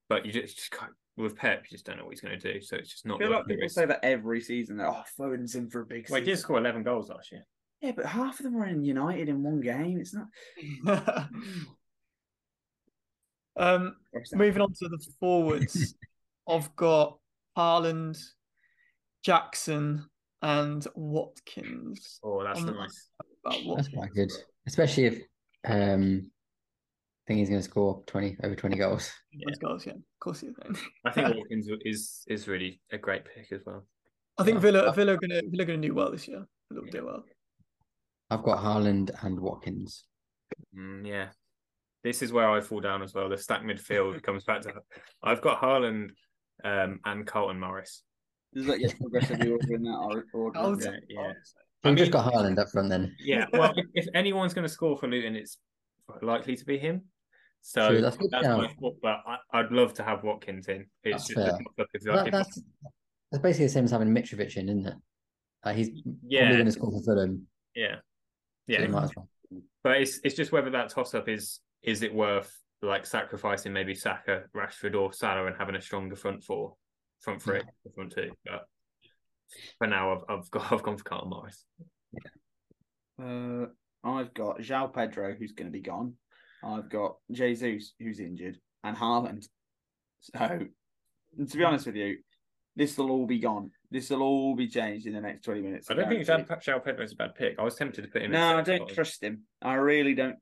But you just, just can't, with Pep, you just don't know what he's going to do. So it's just I not. feel worth like the people risk. say that every season. That oh, Foden's in for a big. Well, he did season." score eleven goals last year. Yeah, but half of them were in United in one game. It's not. um, moving on to the forwards, I've got Haaland, Jackson, and Watkins. Oh, that's Um, nice. About That's Watkins. quite good, especially if um, I think he's going to score twenty over twenty goals. Those goals, yeah. Of course, he's in. I think Watkins is is really a great pick as well. I think Yeah. Villa, Villa, are gonna, Villa, are gonna do well this year. Villa will Yeah. do well. I've got Haaland and Watkins. Mm, yeah, this is where I fall down as well. The stack midfield comes back to. I've got Haaland um, and Carlton Morris. Does that get progressively order in that or- order? Oh, yeah. it's- Yeah, yeah. So I we've just mean- got Haaland up front then. Yeah, well, if, if anyone's going to score for Luton, it's likely to be him. So True, that's, that's good my shout. thought, but I, I'd love to have Watkins in. That's It's just fair. not looking Well, like that, that's that's basically the same as having Mitrovic in, isn't it? Like he's it. probably yeah, going to score for Fulham. yeah, so yeah. he might as well. But it's it's just whether that toss up is is it worth like sacrificing maybe Saka, Rashford, or Salah and having a stronger front four, front three, front two. But for now, I've I've got I've gone for Carl Morris. Uh, I've got João Pedro, who's going to be gone. I've got Jesus, who's injured, and Haaland. So, and to be honest with you, this will all be gone. This will all be changed in the next 20 minutes. I don't think guarantee. Jao Pedro is a bad pick. I was tempted to put him. in No, I six don't goals. trust him. I really don't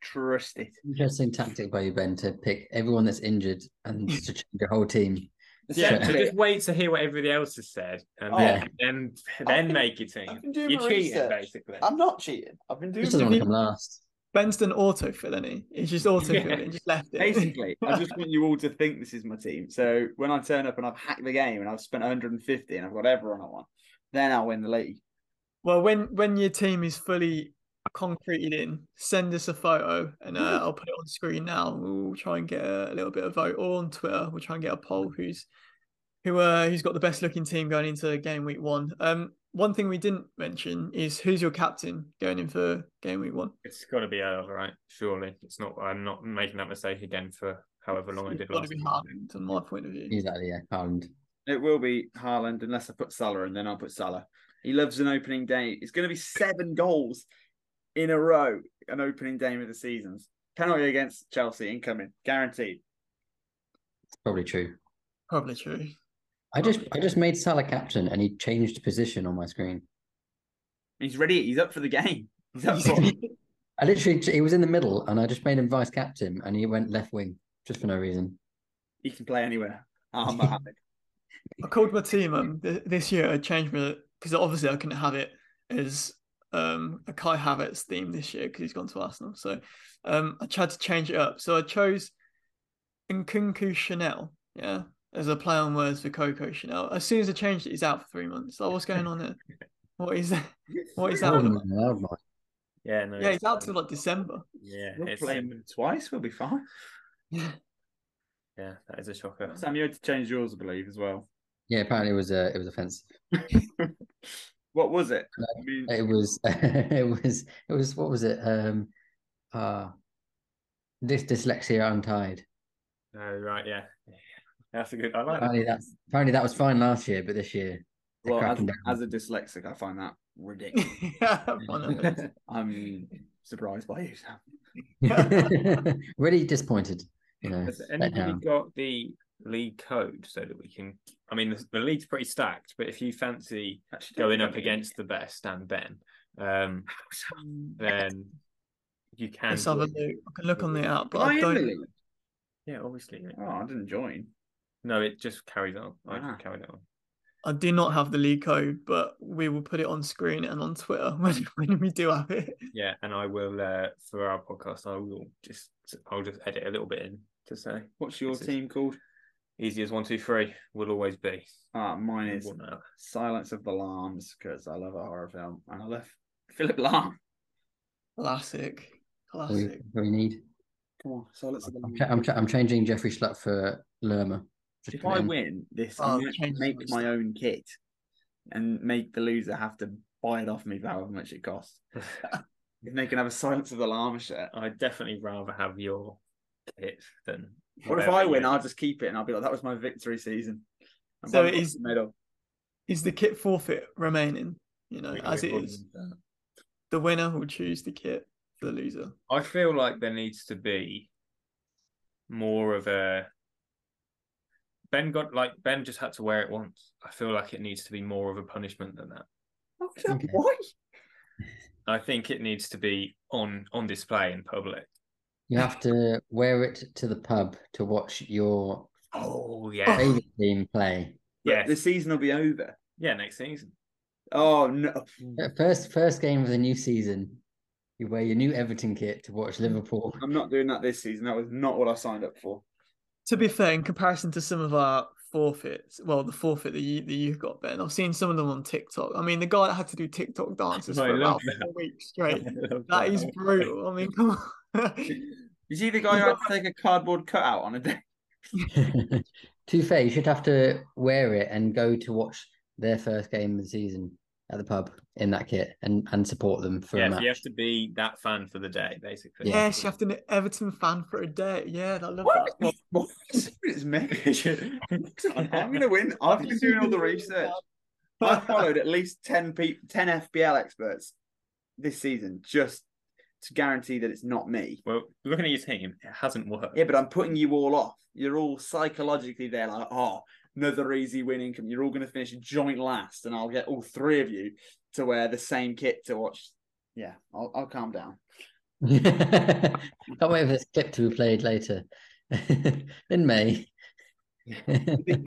trust it. Interesting tactic by you, Ben, to pick everyone that's injured and to change your whole team. Yeah, so Essentially, just wait to hear what everybody else has said, and Oh. then then, I've then been- make your I've team. been doing You're my cheating, research. basically. I'm not cheating. I've been He doing. just doesn't want to come last. Ben's done autofill, hasn't he? He's just autofilling, Yeah. and just left it. Basically, I just want you all to think this is my team. So when I turn up and I've hacked the game and I've spent 150 and I've got everyone I want, then I'll win the league. Well, when when your team is fully concreted in, send us a photo, and Mm. uh, I'll put it on screen now. and We'll try and get a, a little bit of vote, or on Twitter, we'll try and get a poll who's who uh, who's got the best looking team going into game week one. Um, one thing we didn't mention is who's your captain going in for game week one. It's got to be Earl, right? Surely, it's not. I'm not making that mistake again for however long I did got to last. be time. hard from my point of view. Exactly, yeah. Haaland. It will be Haaland unless I put Salah and then I'll put Salah. He loves an opening day. It's going to be seven goals in a row, an opening day of the seasons. Penalty against Chelsea incoming, guaranteed. It's probably true. Probably true. I just I just made Salah captain and he changed position on my screen. He's ready. He's up for the game. He's up for it. I literally he was in the middle and I just made him vice captain and he went left wing just for no reason. He can play anywhere. Ah, I'm not happy. I called my team um th- this year. I changed my because obviously I couldn't have it as um a Kai Havertz theme this year because he's gone to Arsenal. So um I tried to change it up. So I chose Nkunku Chanel. Yeah, as a play on words for Coco Chanel. As soon as I changed it, he's out for three months. Like, what's going on there? What is that? What is that? all Wouldn't about? have been allowed, Mike. Yeah, no. Yeah, he's out um, till like December. Yeah, We'll it's, play him twice. We'll be fine. yeah, that is a shocker. Sam, you had to change yours, I believe, as well. Yeah, apparently it was uh, it was offensive. What was it? No, I mean, Uh, It was it was it was what was it? Um uh this dyslexia untied. Oh right, yeah, that's a good. I like that. Apparently that's apparently that was fine last year, but this year they're well, as, cracking down. as a dyslexic, I find that ridiculous. yeah, one of those. I'm surprised by you, Sam. really disappointed, you know. Has let anybody down. got the league code so that we can? I mean, the, the league's pretty stacked, but if you fancy Actually, don't going think up I do. against the best and Ben, um, then you can. Let's have a join. look. I can look on the app, but Am I I in the don't. league? Yeah, obviously. mate. Oh, I didn't join. No, it just carries on. I Ah. just carried it on. I do not have the league code, but we will put it on screen and on Twitter when, when we do have it. Yeah, and I will uh, for our podcast. I will just I'll just edit a little bit in to say What's your This is- team called? easy as one two three will always be. Ah, mine is Well, no. Silence of the Lambs because I love a horror film and I love Philip Lahm. Classic. What we, Classic. what we need. Come on, Silence of the I'm, Lambs. cha- I'm, cha- I'm changing Jeffrey Schlupp for Lerma. Just If put it I in. win this, Oh, I might change make the my stuff. own kit and make the loser have to buy it off me for however much it costs. And they can have a Silence of the Lambs shirt. I'd definitely rather have your kit than. Or if whatever I you- win, I'll just keep it and I'll be like, that was my victory season. And So buy it the is- medal. Is the kit forfeit remaining? You know, We as it can is, the winner will choose the kit for the loser. I feel like there needs to be more of a Ben got like Ben just had to wear it once. I feel like it needs to be more of a punishment than that. Oh, yeah, Okay. Why? I think it needs to be on on display in public. You have to wear it to the pub to watch your Oh yeah, favourite team play. yeah, The season will be over. yeah. Next season, Oh no! Uh, First, first game of the new season, you wear your new Everton kit to watch Liverpool. I'm not doing that this season. That was not what I signed up for. To be fair, in comparison to some of our forfeits, well, the forfeit that, you, that you've got, Ben, I've seen some of them on TikTok. I mean, the guy that had to do TikTok dances I for love about that. four weeks straight. I love That is brutal. I mean, come on. You see the guy who had to take a cardboard cutout on a day. to be fair, you should have to wear it and go to watch their first game of the season at the pub in that kit and, and support them for a Yeah, so match. you have to be that fan for the day, basically. Yes, you have to be an Everton fan for a day. Yeah, I love that. What? What? It's me. I'm gonna win. I've been doing all the research. I followed at least 10, pe- 10 FBL experts this season just to guarantee that it's not me. Well, looking at your team, it hasn't worked. Yeah, but I'm putting you all off. You're all psychologically there, like, oh, another easy win income. You're all going to finish joint last, and I'll get all three of you to wear the same kit to watch. Yeah, I'll, I'll calm down. Can't wait for this clip to be played later in May. Big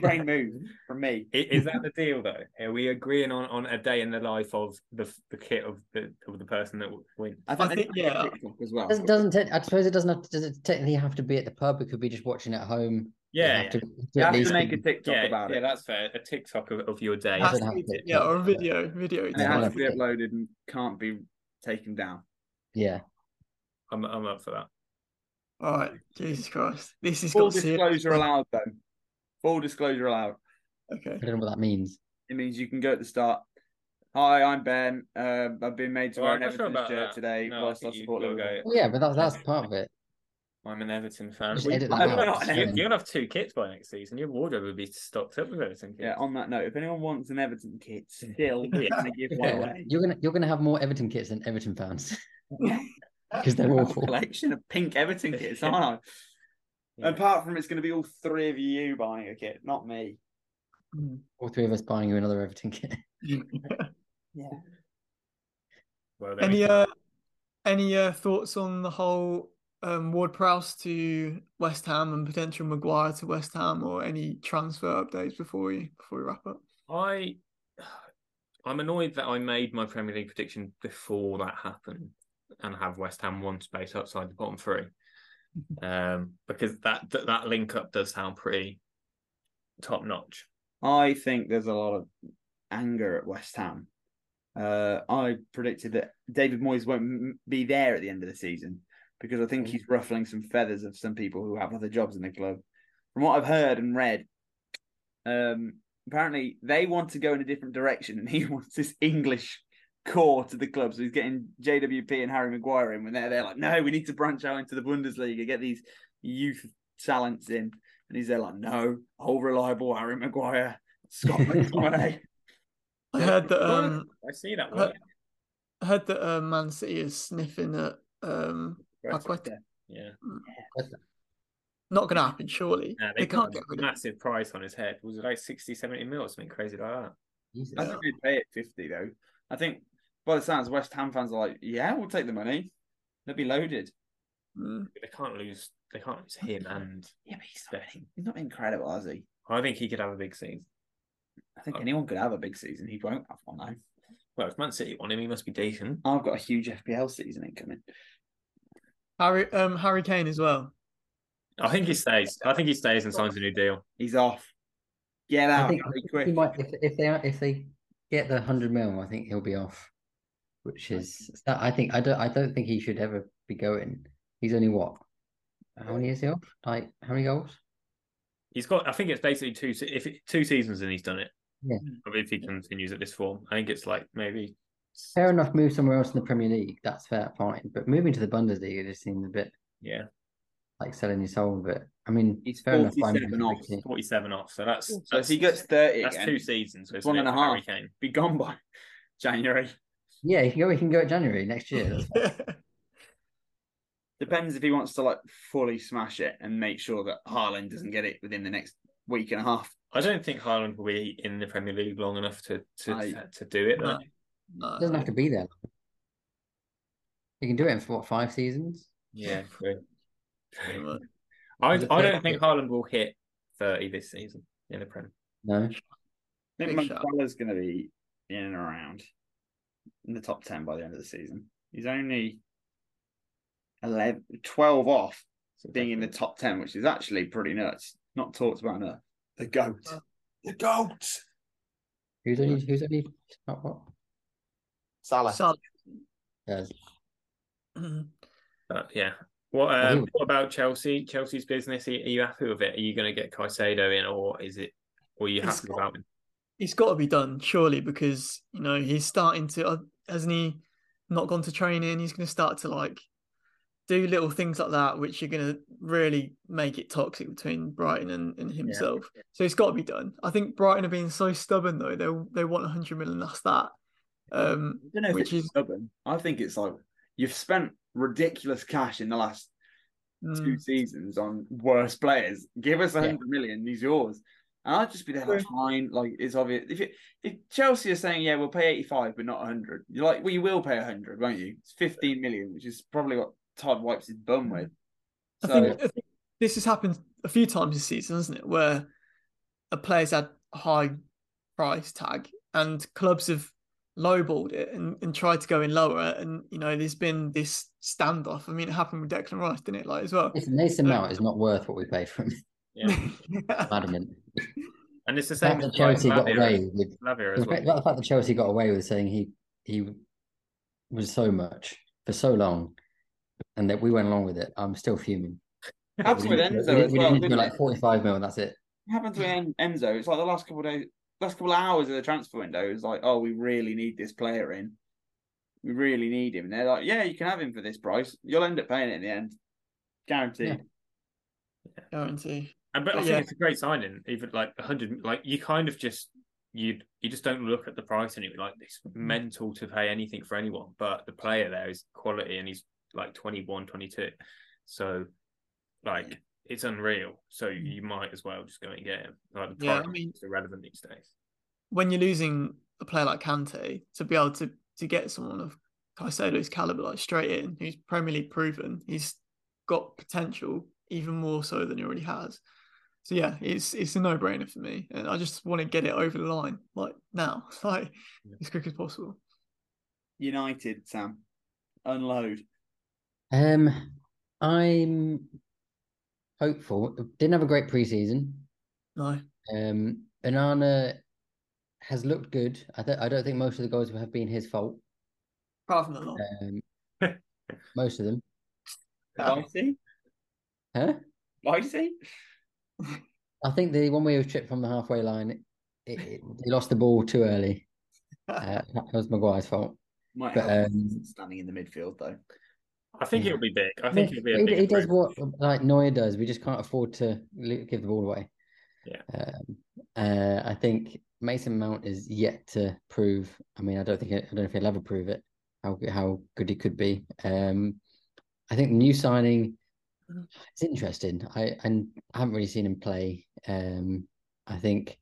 brain move from me. I- Is that the deal, though? Are we agreeing on, on a day in the life of the the kit of the of the person that w- wins? I they think, might get yeah. TikTok as well. doesn't, doesn't it, I suppose it doesn't have to, does it technically have to be at the pub? It could be just watching at home. You Yeah, have to, You at have least to make be- a TikTok yeah, about yeah, it. that's fair. A TikTok of, of your day. It has doesn't to have be- to be yeah, or a TikTok, video, video. And it Yeah. has to be uploaded and can't be taken down. yeah. I'm, I'm up for that. All right, Jesus Christ, this is Full got serious. disclosure allowed, though. Full disclosure allowed. Okay, I don't know what that means. It means you can go at the start. Hi, I'm Ben. Uh, I've been made to Well, wear I'm an not sure Everton about shirt that. today. No, I whilst I think you support gotta go, Liverpool. Well, yeah, but that's that's part of it. I'm an Everton fan. Just Well, edit that you'll- out. you'll- Everton. You'll have two kits by next season. Your wardrobe will be stocked up with Everton kits. Yeah. On that note, if anyone wants an Everton kit, still we're gonna give one Yeah, away. You're gonna you're gonna have more Everton kits than Everton fans because they're A awful. collection of pink Everton kits, aren't I? Yeah. Apart from it's going to be all three of you buying a kit, not me. Hmm. All three of us buying you another Everton kit. Well, there any we go. uh, any uh, thoughts on the whole um, Ward Prowse to West Ham and potential Maguire to West Ham, or any transfer updates before we before we wrap up? I I'm annoyed that I made my Premier League prediction before that happened and have West Ham one space outside the bottom three. Um, because that that, that link up does sound pretty top notch. I think there's a lot of anger at West Ham. Uh, I predicted that David Moyes won't m- be there at the end of the season because I think he's ruffling some feathers of some people who have other jobs in the club. From what I've heard and read, um, apparently they want to go in a different direction, and he wants this English core to the club. So he's getting JWP and Harry Maguire in when they're there, like, no, we need to branch out into the Bundesliga, get these youth talents in. And he's there, like, no, old reliable Harry Maguire, Scotland away. I heard that um, I see that uh, one. I heard that uh, Man City is sniffing at um, Paqueta. Yeah. Not going to happen, surely. Nah, they, can't put get a rid of. massive price on his head. Was it like 60, 70 mil or something crazy like that? Jesus. I think they'd pay it 50, though. I think by the sounds, West Ham fans are like, yeah, we'll take the money. They'll be loaded. Mm. They can't lose they can't lose him and Yeah, but he's not, he's not incredible, is he? I think he could have a big season. I think anyone could have a big season. He won't have one, though. Well, if Man City want him, he must be decent. I've got a huge FPL season incoming. Harry um, Harry Kane as well. I think he stays. I think he stays and signs a new deal. He's off. Get I out think really he quick. might if, if they are, if they get the hundred mil, I think he'll be off. Which is that I think I don't I don't think he should ever be going. He's only what? How many is he off? Like how many goals? He's got. I think it's basically two. se- If it, two seasons and he's done it. Yeah. But if he continues at this form, I think it's like maybe. Fair enough. Move somewhere else in the Premier League. That's fair, fine. But moving to the Bundesliga just seems a bit Yeah, like selling your soul a bit. I mean, He's fair enough. buying 47 him for off. 50. forty-seven off. So that's So if that's, he gets 30 that's again, two seasons. So it's one and a half. Hurricane. be gone by January. Yeah, he can go. He can go at January next year. That's Depends if he wants to like fully smash it and make sure that Haaland doesn't get it within the next week and a half. I don't think Haaland will be in the Premier League long enough to to I- to do it. though. No. no, He doesn't have to be there. He can do it in for what five seasons? Yeah. true. pretty much. I He's a I fair don't think Haaland will hit thirty this season in the Premier. No. I think Big shout. Mangala's going to be in and around in the top 10 by the end of the season. He's only 11, 12 off being in the top 10, which is actually pretty nuts. Not talked about enough. The GOAT. The GOAT. Who's only? Who's only? Not what? Salah. Salah. Yes. Mm. But yeah, What, I um, think- what about Chelsea? Chelsea's business? Are are you happy with it? Are you going to get Caicedo in, or is it? Or are you It's happy got- without him? He's got to be done, surely, because you know he's starting to uh, hasn't he not gone to training? He's going to start to like do little things like that, which are going to really make it toxic between Brighton and, and himself. So it's got to be done. I think Brighton are being so stubborn though; they they want 100 million. That's that. Um, I don't know if Which it's is- stubborn. I think it's like you've spent ridiculous cash in the last two mm, seasons on worse players. Give us a Yeah. hundred million, he's yours. And I'd just be there, like, fine. Like it's obvious. If, it, if Chelsea are saying, yeah, we'll pay eighty-five, but not hundred, you're like, well, you will pay hundred, won't you? It's fifteen million, which is probably what Todd wipes his bum with. Mm. I So think, I think this has happened a few times this season, hasn't it? Where a player's had a high price tag and clubs have lowballed it and, and tried to go in lower. And, you know, there's been this standoff. I mean, it happened with Declan Rice, didn't it? Like, as well. Listen, Nathan Mount is not worth what we paid for him. Yeah. I'm adamant. And it's the The same fact with that Chelsea like, got away Lavia, with Lavia the as fact, well. the fact that Chelsea got away with saying he he was so much for so long, and that we went along with it. I'm still fuming. happened with We didn't- Enzo we didn't- as we well. didn't do Didn't like it? 45 mil, and that's it. happened with En- Enzo. It's like the last couple of days, last couple of hours of the transfer window. It's like, oh, we really need this player in. We really need him. And they're like, yeah, you can have him for this price. You'll end up paying it in the end, guaranteed. Yeah. Guarantee. And but I But think yeah. it's a great signing. Even like hundred, like you kind of just you you just don't look at the price and it like it's Mm-hmm. mental to pay anything for anyone. But the player there is quality and he's like 21, 22. so like it's unreal. So you might as well just go and get him. Like the Mm-hmm. Yeah, I price mean- is irrelevant these days. When you're losing a player like Kante, to be able to, to get someone of Caicedo's caliber, like straight in, who's Premier League proven, he's got potential even more so than he already has. So yeah, it's it's a no brainer for me, and I just want to get it over the line like now, like Yeah. as quick as possible. United, Sam, unload. Um, I'm hopeful. Didn't have a great preseason. No, Um, Banana has looked good. I, th- I don't think most of the goals have been his fault. apart from the lot. Um, most of them. Dicey, Huh? dicey. I think the one where he was chipped from the halfway line, it, it, he lost the ball too early. Uh, that was Maguire's fault. Might But, help um, standing in the midfield though. I think Yeah. it'll be big. I think it'll be a he, big. he does improvement. what like Neuer does. We just can't afford to li- give the ball away. Yeah. Um, uh, I think Mason Mount is yet to prove. I mean, I don't think I don't know if he'll ever prove it. How how good he could be. Um, I think the new signing. Mm. Mhm. It's interesting. I and I haven't really seen him play. Um, I think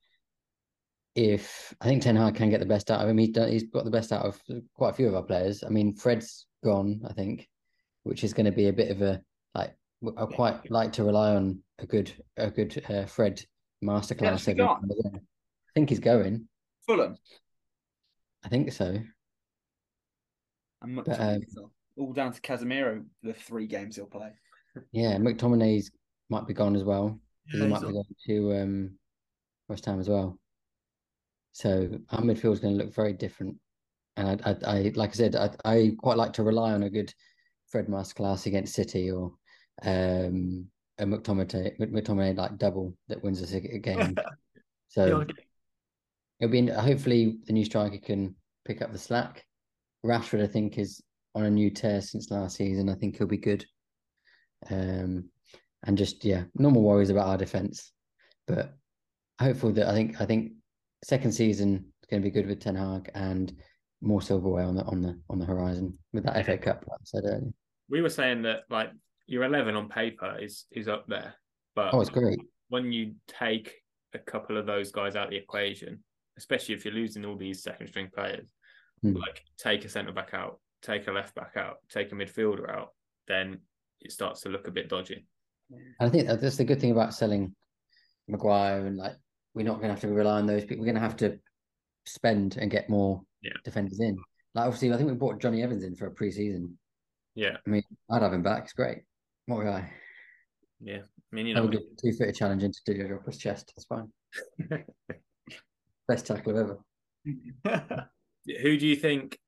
if I think Ten Hag can get the best out of him, he's done, he's got the best out of quite a few of our players. I mean, Fred's gone, I think, which is going to be a bit of a like. I quite like to rely on a good a good uh, Fred masterclass. actually every now gone? and again. I think he's going. Fulham. I think so. And much But, um, all down to Casemiro for the three games he'll play. Yeah, McTominay's might be gone as well. Yeah, he he's might be on- going to um, West Ham as well. So our midfield's going to look very different. And I, I, I like I said, I, I quite like to rely on a good Fred masterclass against City or um, a McTominay, McTominay like double that wins us a a game. Yeah, So okay. it'll be hopefully the new striker can pick up the slack. Rashford, I think, is on a new tear since last season. I think he'll be good. Um, and just yeah, normal worries about our defense, but hopeful that I think I think second season is going to be good with Ten Hag and more silverware on the on the on the horizon with that FA Cup. Like I said earlier, We were saying that like your eleven on paper is is up there, but oh, it's great. when you take a couple of those guys out of the equation, especially if you're losing all these second string players, Hmm. like take a centre back out, take a left back out, take a midfielder out, then it starts to look a bit dodgy. I think that that's the good thing about selling Maguire and like we're not going to have to rely on those people. We're going to have to spend and get more Yeah. defenders in. Like obviously, I think we brought Johnny Evans in for a preseason. Yeah, I'd have him back. It's great. What a guy. yeah. I mean, you Have know, a good two footer challenge into Didier Drogba's chest. That's fine. Best tackle I've ever. who do you think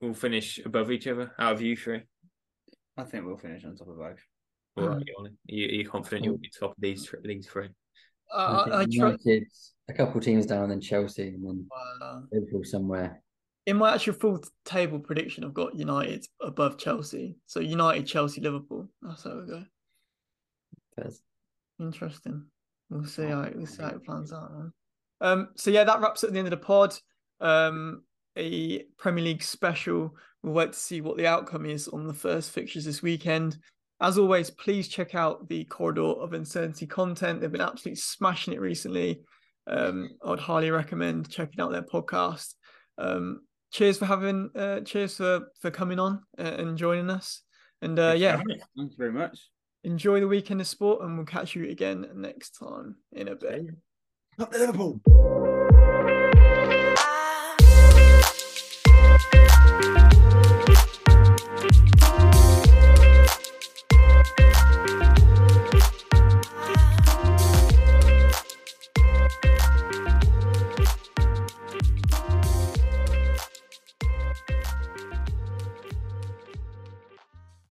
will finish above each other out of you three? I think we'll finish on top of both. All right, Ollie. Are you, are you confident you'll be top of these thr- these three? Uh, I, I I think try, United, a couple teams down, then Chelsea, and then uh, Liverpool somewhere. in my actual full table prediction, I've got United above Chelsea. So United, Chelsea, Liverpool. That's how we go. That's- Interesting. We'll Oh, see how it, we'll see how it plans out. Man. Um. So yeah, that wraps up the end of the pod. Um. A Premier League special. We'll wait to see what the outcome is on the first fixtures this weekend. As always, please check out the corridor of uncertainty content. They've been absolutely smashing it recently. Um, I'd highly recommend checking out their podcast. Um, cheers for having, uh, cheers for for coming on uh, and joining us. And uh, yeah, Thank you very much. enjoy the weekend of sport and we'll catch you again next time in a bit. Liverpool.